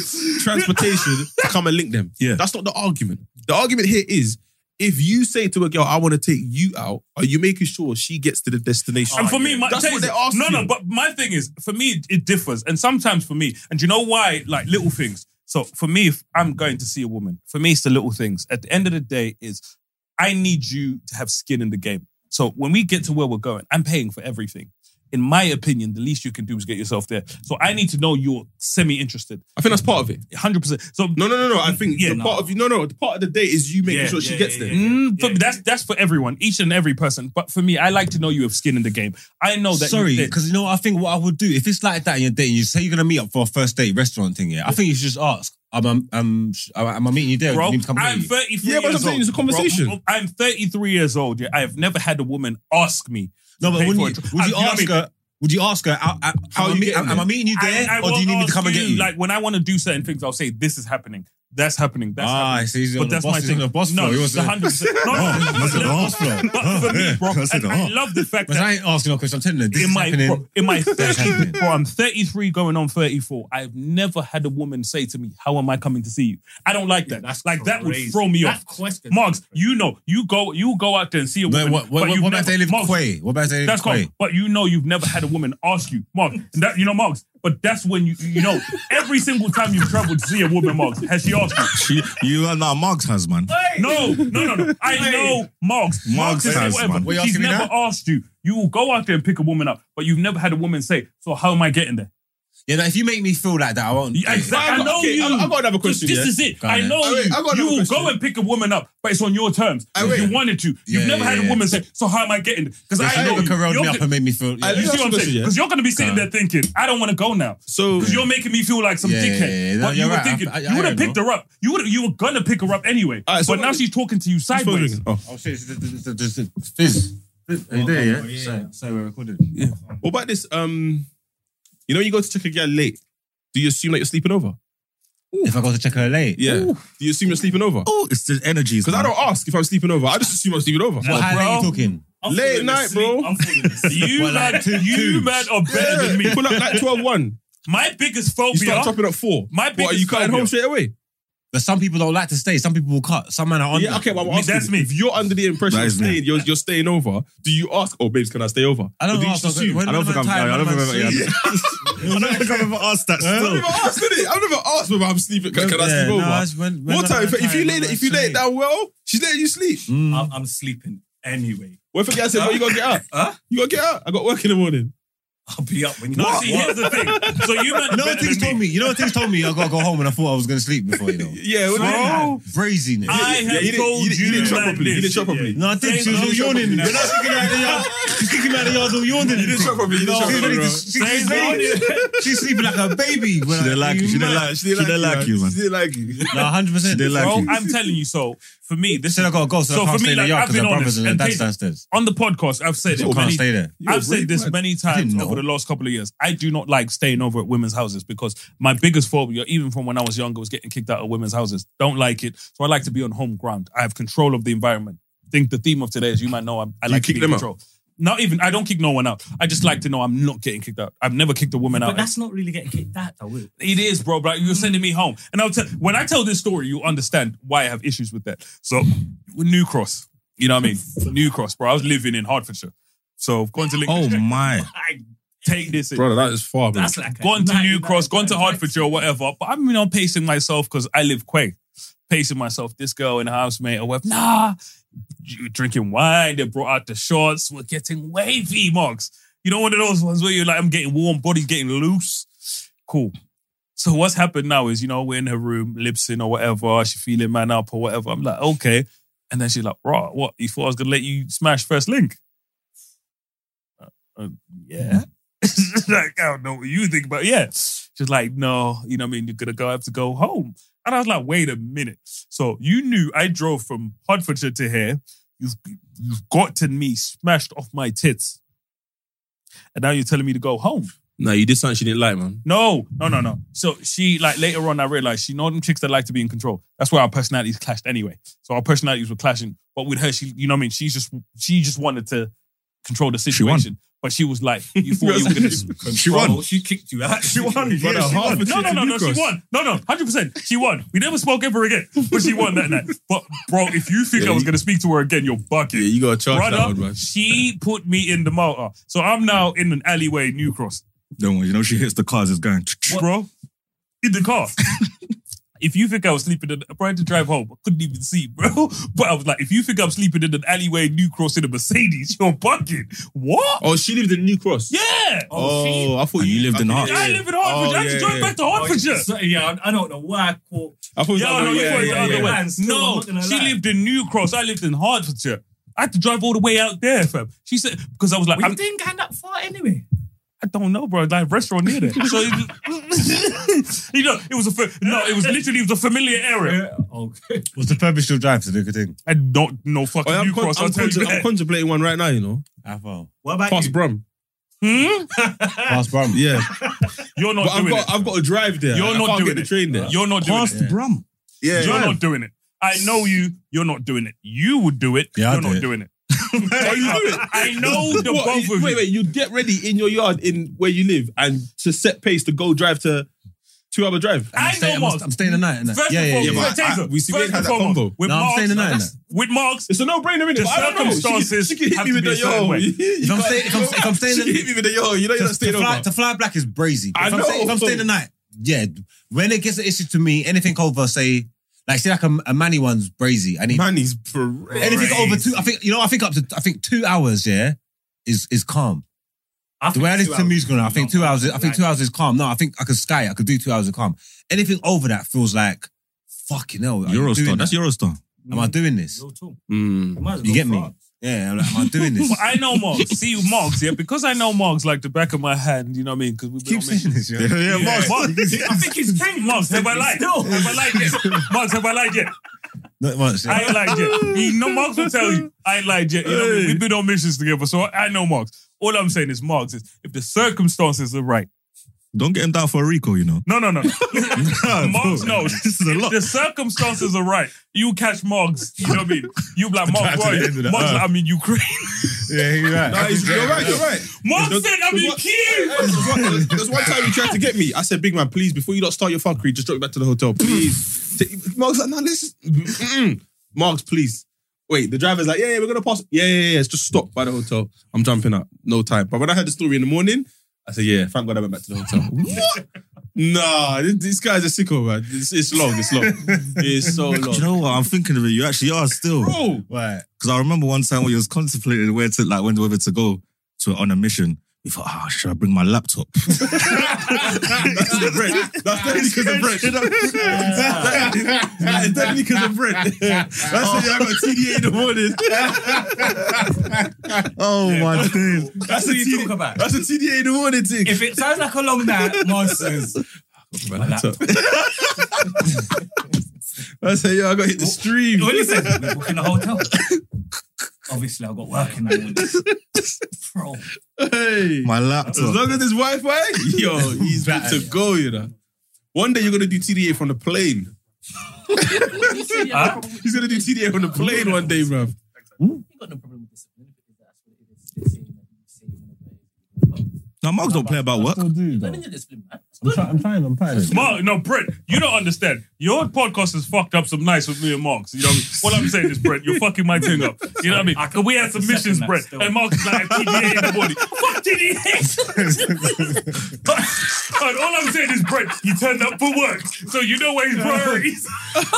transportation to come and link them. Yeah. That's not the argument. The argument here is if you say to a girl, I want to take you out, are you making sure she gets to the destination? And for me, my, Oh, that's tell what you- they're asking. No, no, but my thing is, for me, it differs. And sometimes for me, and do you know why? Like little things. So for me, if I'm going to see a woman, for me, it's the little things. At the end of the day, is I need you to have skin in the game. So when we get to where we're going, I'm paying for everything. In my opinion, the least you can do is get yourself there. So I need to know you're semi-interested. I think that's part of it. 100%. So No, no, no, no. I think Yeah, the no. part of you, no, no, the part of the day is you making sure she gets there. Mm, for me, that's that's for everyone, each and every person. But for me, I like to know you have skin in the game. I Oh, know that. Sorry, you- eh, that- because you know what I think what I would do if it's like that and you're dating, you say you're gonna meet up for a first date restaurant thing. Yeah, I think you should just ask. I'm, I'm, I'm, am I meeting you there? Do Bro, you need to come I'm meet you? 33 Yeah, but I'm years saying old. it's a conversation. Bro, Oh, I'm 33 years old. Yeah, I have never had a woman ask me. No, to but pay wouldn't for you, a- would I- you know what I ask mean? her? Would you ask her? How, how, How am, you I meet, getting am I there? meeting you there, I- I or do will you need me to ask come and get you? Like when I want to do certain things, I'll say this is happening. That's happening. That's ah, happening. so he's on but the that's boss, my he's thing. on the boss no, floor. He it's wants to- Oh, 100. percent No, no, no, that's no, the no. boss floor. But for me, bro, Yeah, that's and the I boss. love the fact But that I ain't asking no question. I'm telling her this in is my happening. bro, in my That's 30, happening. bro, I'm 33 going on 34. I've never had a woman say to me, "How am I coming to see you?" I don't like that. that's like that would crazy. throw me That off. question- Marks, you know, you go, you go out there and see a But woman. what, what, but what, you've what about if never- they live in Marks, Quay? What about if they live in That's cool. Quay? But you know, you've never had a woman ask you, Mark. That you know, Marks. But that's when you you know every single time you've travelled to see a woman, Marks, has she asked you? She, you are not Mark's husband. No, no, no, no. I know Marks. Marks Marks is has, whatever. man. What you She's asking me never asked you. You will go out there and pick a woman up, but you've never had a woman say, "So how am I getting there?" Yeah, no, if you make me feel like that, I won't. Yeah, I've Exactly. I got- know okay, you. I've- I've got another question, This yeah? is it. Go I on, know then. Wait, you. I've got You another will question. Oh, go and pick a woman up, but it's on your terms. If you wanted to, you've Yeah, never yeah, had a yeah. woman say, "So how am I getting?" Because If I know you you. can roll me You're- up and make me feel. I you literally- see what I'm saying? Because you're going to be sitting Go there thinking, I don't want to go now. So Because you're making me feel like some Yeah, yeah, dickhead. yeah, yeah. No, But you you're were right. I- thinking I- I you would hear have you, picked bro. her up. You would you were gonna pick her up anyway. All right, so but now what- she's talking to you sideways. Oh. Oh shit! Fizz. Are you there? Oh, Yeah. Say, say we're recorded. Yeah. What about this? Um, you know, when you go to check a girl late. Do you assume that you're sleeping over? If I go to check her late. Yeah. Do you assume you're sleeping over? Oh, it's the energies. Because I man. don't ask if I'm sleeping over. I just assume I'm sleeping over. What how late you talking? I'm Late falling night, asleep. bro. I'm falling asleep. You Well, man, like two you tubes. man are better than me. Pull up like 12 1. My biggest You start phobia. chopping up four. My What, are you biggest cutting phobia. home straight away? But some people don't like to stay. Some people will cut. Some men are on. Yeah, okay, well, I'm asking, that's me. If you're under the impression That of is me. staying, you're, you're staying over, do you ask, oh, babes, can I stay over? I Or don't do you ask. just assume? when I don't am think I'm. tired? I don't When am remember. yeah, I asleep? don't- I don't think I've ever asked that. I've Still. never asked, innit? I've never asked whether I'm sleeping. Can, can I Yeah, sleep no, over? it's when- when More I'm time. If, if you tired, lay when it, I'm if you lay it sleep. down well, she's letting you sleep. Hmm. Mm. I'm, I'm sleeping anyway. What if a guy says, well, you gotta get up? Huh? You gotta get up. I got work in the morning. I'll be up when you. No, What? see, here's the thing. So you man are You know what better things than told me? You know what things told me? I gotta go home and I thought I was gonna sleep before, you know. Yeah, what- Bro. Braziness. I Yeah, have he didn't- told he didn't- he didn't you chop man properly. He didn't this. chop properly. no, I think she was all yawning. When I was kicking out of the yard, she's kicking out of the yard all yawning. You didn't chop properly, you didn't chop properly, bro. She's sleeping- she's sleeping like a baby. She didn't like you. She didn't like. She didn't like you, man. She didn't like you. No, 100%. She didn't like Bro, you. I'm telling you. So for me, They this said I gotta go, so, So I for me, can't stay in the like, yard I've because been my honest brothers and their and dad's paid- downstairs. on the podcast, I've said So it can't many, stay there. I've said this many times didn't over the know. last couple of years. I do not like staying over at women's houses because my biggest phobia, even from when I was younger, was getting kicked out of women's houses. Don't like it. So I like to be on home ground. I have control of the environment. think the theme of today is you might know I'm, I like kick to be in them out? control. Not even I don't kick no one out. I just like to know I'm not getting kicked out. I've never kicked a woman But out. that's not really getting kicked out, though. Is it? It is, bro. But you're sending me home, and I'll tell. When I tell this story, you understand why I have issues with that. So, New Cross, you know what I mean? New Cross, bro. I was living in Hertfordshire, so I've gone to Oh Lincolnshire. my. I, Take this, in. Brother, that is far, bro. that's like a gone to 99 New Cross, gone to percent. Hertfordshire or whatever. But I'm, you know, pacing myself because I live Quay. Pacing myself, this girl and her housemate or whatever. Nah, you drinking wine. They brought out the shorts. We're getting wavy, marks. You know, one of those ones where you're like, I'm getting warm, body's getting loose. Cool. So what's happened now is, you know, we're in her room, lipsing or whatever. She feeling man up or whatever. I'm like, okay. And then she's like, "Raw, what? You thought I was gonna let you smash first link?" Uh, uh, yeah. like, I don't know what you think, but yeah. She's like, "No, you know what I mean. You're gonna go have to go home." And I was like, "Wait a minute. So you knew I drove from Hertfordshire to here. You've you've gotten me smashed off my tits, and now you're telling me to go home." No, you did something she didn't like, man. No, no, no, no. So she like later on I realized she know them chicks that like to be in control. That's where our personalities clashed anyway. So our personalities were clashing. But with her, she you know what I mean, she's just she just wanted to control the won. situation. but she was like, you thought you were gonna She won. control. She kicked you out. She won. You got Yeah, a she hard- won. No, no, no, no. She Lucas. won. No, no, hundred percent. She won. We never spoke ever again. But she won that night. But bro, if you think Yeah, I was you- gonna speak to her again, you're bucking. Yeah, you got to charge that Brother, one, man. she put me in the motor. So I'm now in an alleyway in New Cross. Don't worry, you know she hits the cars, it's going. Bro, in the car. if you think I was sleeping in, I tried to drive home, I couldn't even see, bro. But I was like, if you think I'm sleeping in an alleyway in New Cross in a Mercedes, you're bugging. What? Oh, she lived in New Cross. Yeah. Oh, I thought you lived in Hertfordshire. I live in Hertford. I had to drive back to Hertfordshire. So, yeah, I, I don't know why I caught. I thought Yeah, I know, you oh, yeah, thought it was the yeah, other yeah. way. Man, still, I'm No, not gonna she lie. lived in New Cross. I lived in Hertfordshire. I had to drive all the way out there, fam. She said, because I was like, But I'm, you didn't get that far anyway. I don't know, bro. Like restaurant near there. So it- you know, it was a fa- no. It was literally it was a familiar area. Okay. Was the purpose still drive to do a good thing? I don't know fucking Oh, yeah, I'm, New con- Cross. I'll I'm, tell you contempl- I'm that. contemplating one right now, you know. Afo. What about Past you? Brum. Hmm? Past Brum. Yeah. You're not But I've doing got, it. I've got to drive there. You're I not can't doing get the it. train there. You're not doing it. Brum. yeah. You're not doing it. I know you. You're not doing it. You would do it. Yeah, I'd You're do not it. doing it. Are you doing it? I know the What, both you- of wait, you. wait. You get ready in your yard in where you live and to set pace to go drive to two hour drive. I Stay- know I'm, Marks. I'm staying the night. innit? First Yeah, yeah, and yeah. but foremost, I- Taser, I- Ah, we see we first ain't had and that foremost, combo. With No, I'm Marks, staying the night, that's- with Marks, It's a no brainer, innit? The But I don't know. She- circumstances She, can have hit me to with be a the certain yo. way. You If I'm can't- staying, if I'm, if I'm staying, She the- can hit me with the yo. You know you're to, not to, staying fly, over. to fly black is brazy. I if, I'm know. staying, if I'm staying the night, yeah. When it gets an issue to me, anything over, say, like, say, like a, a Manny one's brazy. I need Man, he's crazy. anything over two. I think you know. I think up to I think two hours. Yeah, is is calm. I The way I think listen two to music, hours now, I is think long. two hours. I think two hours is calm. No, I think I could sky. it. I could do two hours of calm. Anything over that feels like fucking hell. are you doing Eurostar. That's that? Eurostar. Am I doing this? Real talk. Mm. You might as well You go get me? far. Yeah. I'm like, am I doing this? Well, I know Marks. See you, Marks. Yeah, because I know Marks like the back of my hand. You know what I mean? Because we've been Keep on mission. saying this. Yeah. yeah, Marks, I think he's king. Marks, have I lied? Have I lied yet? Marks, have I lied yet? Not much. I Yeah. ain't lied yet. You know, Marks will tell you, I ain't lied yet. You know what I mean? We've been on missions together, so I know Marks. All I'm saying is, Marks is if the circumstances are right. Don't get him down for a Rico, you know. No, no, no. Marks bro. knows. This is a lot. The circumstances are right. You catch Marks. You know what I mean? You be like Marks, Drive to why? the Marks, end of the like, earth. I'm in Ukraine. Yeah, you're right. No, he's- you're right. You're right. Marks said, I'm in what- Kiev. There's one- There's one time he tried to get me. I said, "Big man, please, before you don't start your fuckery, just drop me back to the hotel, please." T- Mark's like, "No, this is mm-mm. Mark's, please." Wait, the driver's like, "Yeah, yeah, we're gonna pass." Yeah, yeah, yeah. It's just stop by the hotel. I'm jumping up, no time. But when I heard the story in the morning, I said, "Yeah, thank God I went back to the hotel." what? Nah, this, this guy's a sicko, man. It's, it's long. It's long. It's so long. Do you know what? I'm thinking of it. You actually are still. Bro, Right. Because I remember one time when you was contemplating where to like when whether to go to on a mission. You thought, ah, should I bring my laptop? that's the bread. That's definitely because of bread. That is definitely because of bread. That's why I got TDA in the morning. Oh my days. That's a What are you TDA. talking about? That's a TDA in the morning thing. If it sounds like a long night, Marks says, Man, that's up. I say, yo, I got hit the stream. What do you say? We're booking a hotel. Obviously, I've got work in the morning. Bro. Hey. My As laptop. long as there's Wi-Fi, yo, he's good to go, you know. One day you're gonna do TDA from the plane. Huh? He's gonna do TDA from the plane one day, bruv. You got no problem with discipline because that's what it is. Now Mark don't play about work. trying. I'm trying. Mark, no, Brent, you don't understand. Your podcast has fucked up some nights with me and Marks. You know what I mean? All I'm saying is, Brent, you're fucking my thing up. You know what I mean? I can- we had some missions, second that Brent, still. and Marks is like, TDA in the morning. Fuck TDA! but all I'm saying is, Brent, he turned up for work. So you know where his priorities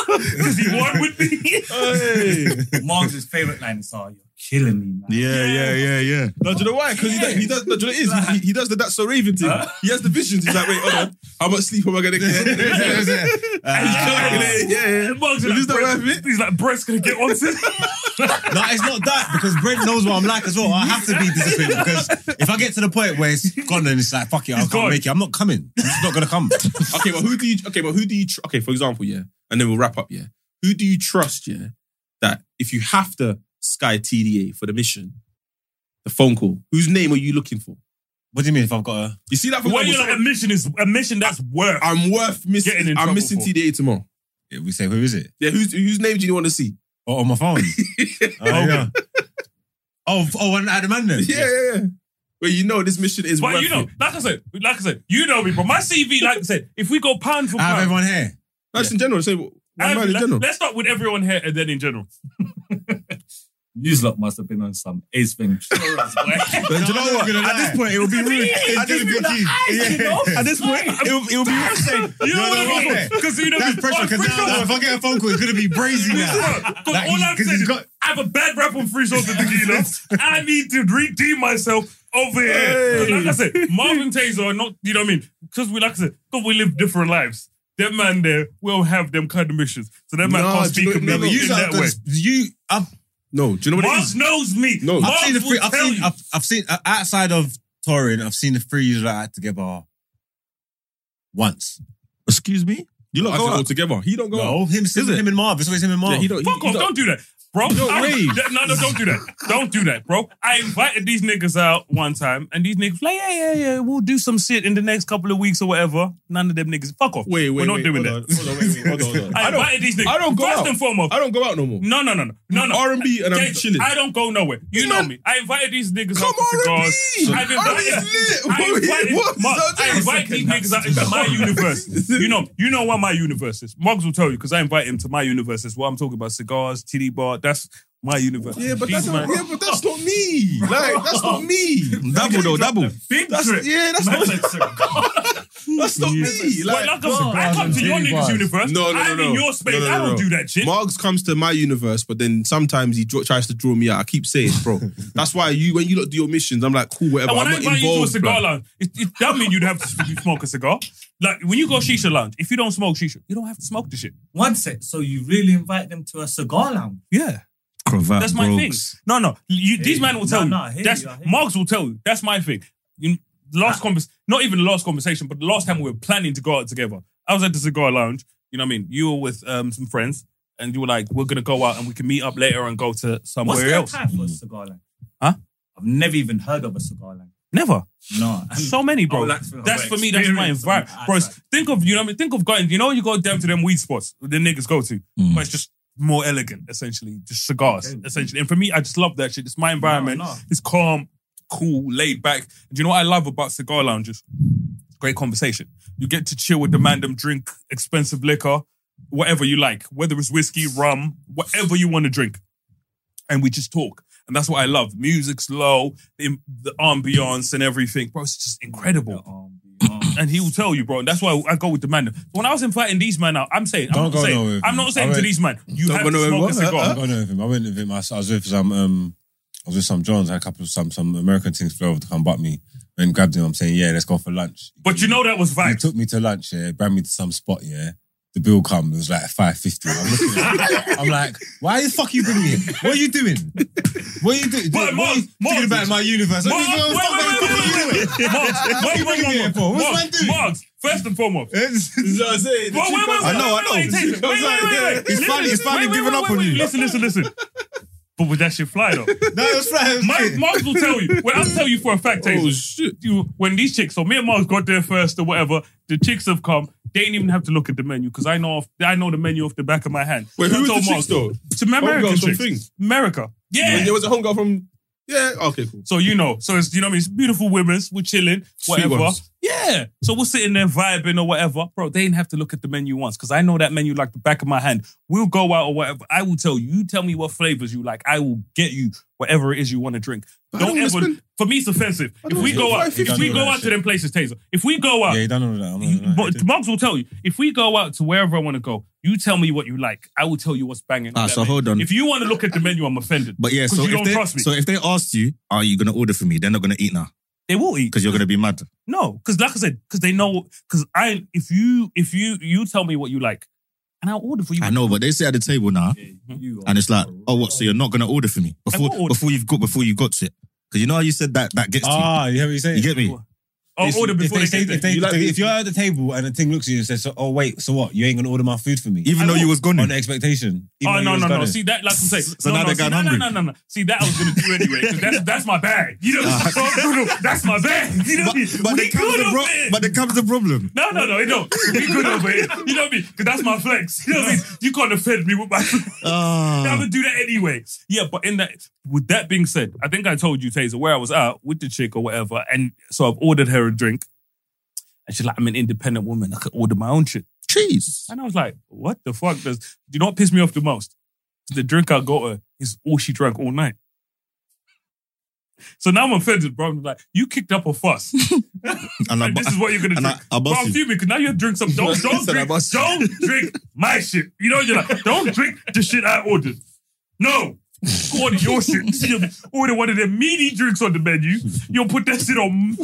Because he won with me. Hey. Marks' favourite lines are, you're killing me, man. Yeah, yeah, yeah, yeah. No, do you know why? Because he does, he does, no, do you know what it is? He- He, he does the That's So Raven thing. He has the visions. He's like, wait, hold on. How much sleep am I going to get? And he's calculating, yeah, yeah. Mark's If like, it's not Brett- worth it. He's like, Brett's gonna get on to No, it's not that because Brent knows what I'm like as well. I have to be disciplined because if I get to the point where it's gone and it's like fuck it, I can't gone. make it. I'm not coming. It's not gonna come. Okay, but who do you, okay, but who do you, tr- okay, for example, yeah, and then we'll wrap up, yeah. Who do you trust, yeah, that if you have to sky TDA for the mission, the phone call, whose name are you looking for? What do you mean if I've got a? You see that for What example, you like? A mission is a mission that's worth. I'm worth Getting missing. in I'm trouble missing for. TDA tomorrow. Yeah, we say who is it? Yeah, whose whose name do you want to see? Oh, on my phone. oh yeah. Oh, f- oh, and at the man then. Yeah, yeah, yeah. Well, you know this mission is But worth you know, it. like I said, like I said, you know me, bro. My CV, like I said, if we go pound for I have pound, everyone here. No, just in general. Say one I man have- in let, general. us start with everyone here and then in general. Newslot must have been on some ace thing. But do you know what? At this point, it would be rude. At this point, yeah. At this point, it would it would be rude. saying, You know "You're what the one I mean? there." Because you know That's me. pressure. I'm Because free now, now shots. if I get a phone call, it's gonna be brazy now. Because Like, all he's- I'm 'cause saying he's is, got- I have a bad rap on free shots with tequila. I need to redeem myself over here. 'Cause Like I said, Marvin Taser are not, you know what I mean? Because we, like I said, because we live different lives. That man there will have them kind of missions. So that man No, can't do you speak know- of no, me but in lot that have way. got- you, I've no, do you know what it Mark is? knows me. No. Mark I've I've seen the will three. I've tell seen, you. I've, I've seen uh, outside of touring. I've seen the three usually act together once. Excuse me. You lot Go go out. all together. He don't go. out. No, him, him, it? him and Marv. It's always him and Marv. Yeah, he don't. Fuck he, off! Don't do that, bro. I- rave. that- no, no, don't do that. Don't do that, bro. I invited these niggas out one time, and these niggas like, yeah, yeah, yeah, we'll do some shit in the next couple of weeks or whatever. None of them niggas. Fuck off. Wait, wait, We're not wait, doing hold that. on, hold on, wait, wait, hold on, hold on. I, I don't- invited these niggas. I don't go First out. and foremost. I don't go out no more. No, no, no, no, no, no. R&B and I'm Gage, chilling. I don't go nowhere. You You know know- me. I invited these niggas Come out for R&B. cigars. I've R&B invited, is lit. I What- invited, what- Mark, what- I invited these niggas out into my universe. You know, you know what my universe is. Mugs will tell you because I invite him to my universe. That's what I'm talking about. Cigars, TD bar. That's my universe. Yeah, but These that's man- not, yeah, but that's not me. Like that's not me. double though, double. Big trip. Yeah, that's not that's not me. Well, Like, like I said, I come to your niggas' universe. No, no, no, I'm no. in your space. No, no, no, I don't no. do that shit. Margs comes to my universe, but then sometimes he dro- tries to draw me out. I keep saying, bro, that's why you when you lot do your missions, I'm like, cool, whatever. And when I'm I not invite you to a involved. cigar bruv. lounge, it, it doesn't mean you'd have to s- smoke a cigar. Like when you go shisha lounge, if you don't smoke shisha, you don't have to smoke the shit. One sec. So you really invite them to a cigar lounge? Yeah, Cravat that's my thing. No, no, you, these men will No, tell you. no, I hear that's you, Ah. I hear you. Marks will tell you. That's my thing. You, last convers, not even the last conversation, but the last time we were planning to go out together, I was at the cigar lounge. You know what I mean? You were with um, some friends, and you were like, "We're gonna go out and we can meet up later and go to somewhere What's the else." time for a cigar lounge? Huh? I've never even heard of a cigar lounge. Never. No. I'm- So many, bro. Oh, that's- oh, that's for me. That's my experience. environment, Oh, bro. that's Think of you know, what I mean, think of going. You know, you go down to them weed spots the niggas go to, but it's just more elegant, essentially, just cigars, Okay. essentially. And for me, I just love that shit. It's my environment. no. It's calm, cool, laid back. And you know what I love about cigar lounges? Great conversation. You get to chill with the man, them drink expensive liquor, whatever you like, whether it's whiskey, rum, whatever you want to drink and we just talk. And that's what I love. Music's low, the, the ambiance and everything. Bro, it's just incredible. And he will tell you, bro. And that's why I go with the man. When I was inviting these men out, I'm saying, I'm Don't not go saying, nowhere with I'm him. not saying I to went- these men, you have to go nowhere smoke a with him. cigar. I don't know with him. I went with him. I was I was with some. Um, I was with some Johns. I had a couple of some some American things flew over to come butt me and grabbed him. I'm saying, yeah, let's go for lunch. But you know that was He vibes. took me to lunch, yeah, brought me to some spot, yeah. The bill come, it was like five fifty. I'm looking at it. I'm like, why the fuck you bringing me? here? What are you doing? What are you doing? But what Mark- are you Mark- thinking about my universe? Mark, wait, What are you- wait, what the wait, fuck are wait, you doing? wait, wait. Mark, wait, What wait, you bringing me here wait, for? wait. What's man Mark, doing? Mark, first and foremost. You know what I'm Wait, wait, wait, saying? I know, wait, I know. wait, wait, She wait, wait, comes out wait, there. wait. He's Listen, finally- he's wait, finally wait, giving wait, up on wait, you. Listen, listen, listen. But was that shit fly though? No, it was right. it was Mark, shit. Mark will tell you. Well, I'll tell you for a fact, Taser. Oh, shit. You, when these chicks, so me and Mark got there first or whatever, the chicks have come. They didn't even have to look at the menu because I know off, I know the menu off the back of my hand. Wait, So I who was told the chicks, though? To my American Homegirls from chicks. Things? America. Yeah. There was a homegirl from. Yeah. Okay. Cool. So you know, so it's you know what I mean. It's beautiful women. We're chilling, whatever. ones. Yeah. So we're sitting there vibing or whatever, bro. They didn't have to look at the menu once because I know that menu like the back of my hand. We'll go out or whatever. I will tell you. You tell me what flavors you like. I will get you whatever it is you want to drink. I don't don't wanna ever. spend- for me, it's offensive. If don't we wanna go spend out, if 550 we on go that out to shit. them places, Taser. If we go out, Yeah, you don't know that. I'm not, but Mugs will tell you if we go out to wherever I want to go, You tell me what you like. I will tell you what's banging. Ah, That so menu. hold on. If you want to look at the menu, I'm offended. But yeah, 'Cause so you if don't they trust me. so if they asked you, are you gonna order for me? They're not gonna eat now they will eat. because you're gonna be mad. No, because like I said, because they know. Because I, if you, if you, you tell me what you like, and I'll order for you. Mm-hmm. I know, but they sit at the table now, and it's like, oh, what? So you're not gonna order for me before will order. before you've got before you got to it? Because you know how you said that that gets to Ah, you hear what you're saying? you. You get me? I'll Oh, order before they, if say- get there. if, they, You like- if, they- if you're at the table and the thing looks at you and says, so, "Oh wait, so what? You ain't gonna order my food for me?" Even though you was gonna. on the expectation. even Oh though you no was no no! gonna. See that, like I'm saying. So no, now no, they see, got no, hungry. No no no! See that I was gonna do anyway. 'cause That's that's my bag. You know, no, no, that's my bag. You know what I mean? but We there comes good the over bro- here. but there comes the problem. No no no! It don't. We good over here. You know what I mean? Because that's my flex. You know what I mean? You can't offend me with my. I Ah, would do that anyway. Yeah, but in that, with that being said, I think I told you, Taser, where I was at with the chick or whatever, and so I've ordered her a drink, and she's like, "I'm an independent woman. I could order my own shit." cheese. And I was like, "What the fuck does? Do you know what pissed me off the most? The drink I got her is all she drank all night." So now I'm offended, bro. I'm like, you kicked up a fuss. And I, And bu- this is what you're gonna and drink. I- I bro, bust I'm you. fuming because now you're drinking some. Don't, don't Listen, I drink. bust you. Don't drink my shit. You know you're like, don't drink the shit I ordered. No. Order your shit. You'll order one of the meaty drinks on the menu. You'll put that shit on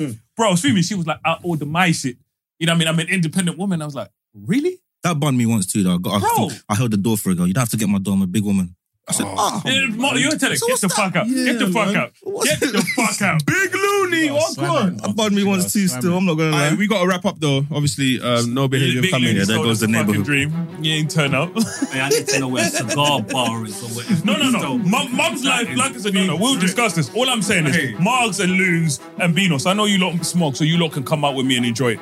me. Bro, I was fuming. She was like, I order my shit. You know what I mean? I'm an independent woman. I was like, really? that bun me once too. Though I, got, I, Bro. I held the door for a girl. You don't have to get my door. I'm a big woman. I Oh, said, ah, Eh, Mo- you're telling her, So get what's the that? fuck out. get the Yeah, fuck man. out. What's- Get the fuck out. Big loony. Oh, God. that bun me once too. Still, I'm not gonna All lie. right, we got to wrap up though. Obviously, um, no behavior Big coming. loony yeah, there stole goes the fucking neighborhood. Dream. You ain't turn up. Hey, I need to know where cigar bar is or where. No, no, no. Mum- Mum's life, like is a no, no. We'll discuss this. All I'm saying is, Margs and Loons and Beanos. I know you lot smoke, so you lot can come out with me and enjoy it.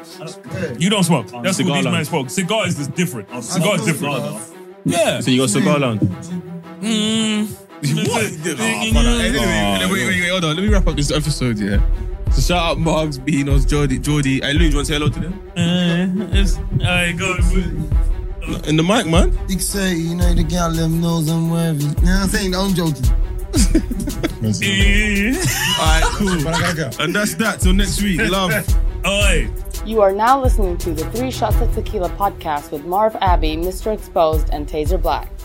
You don't smoke. Um, That's what Cigar these lounge. men smoke. Cigar is just different. Cigar is different. Yeah. So you got cigar lounge. Anyway, wait, wait, wait, hold on. Let me wrap up this episode. Yeah. So shout out Margs, Beanos, Jordy, Jordy. Hey, Lou, do you want to say hello to them? Alright, go. In the mic, man. Dick say, you know, the gal them knows I'm worthy. You know what I'm saying? I'm joking. All right, cool. and that's that. Till next week. Love. Oi. You are now listening to the Three Shots of Tequila podcast with Marv Abbey, Mr. Exposed, and Taser Black.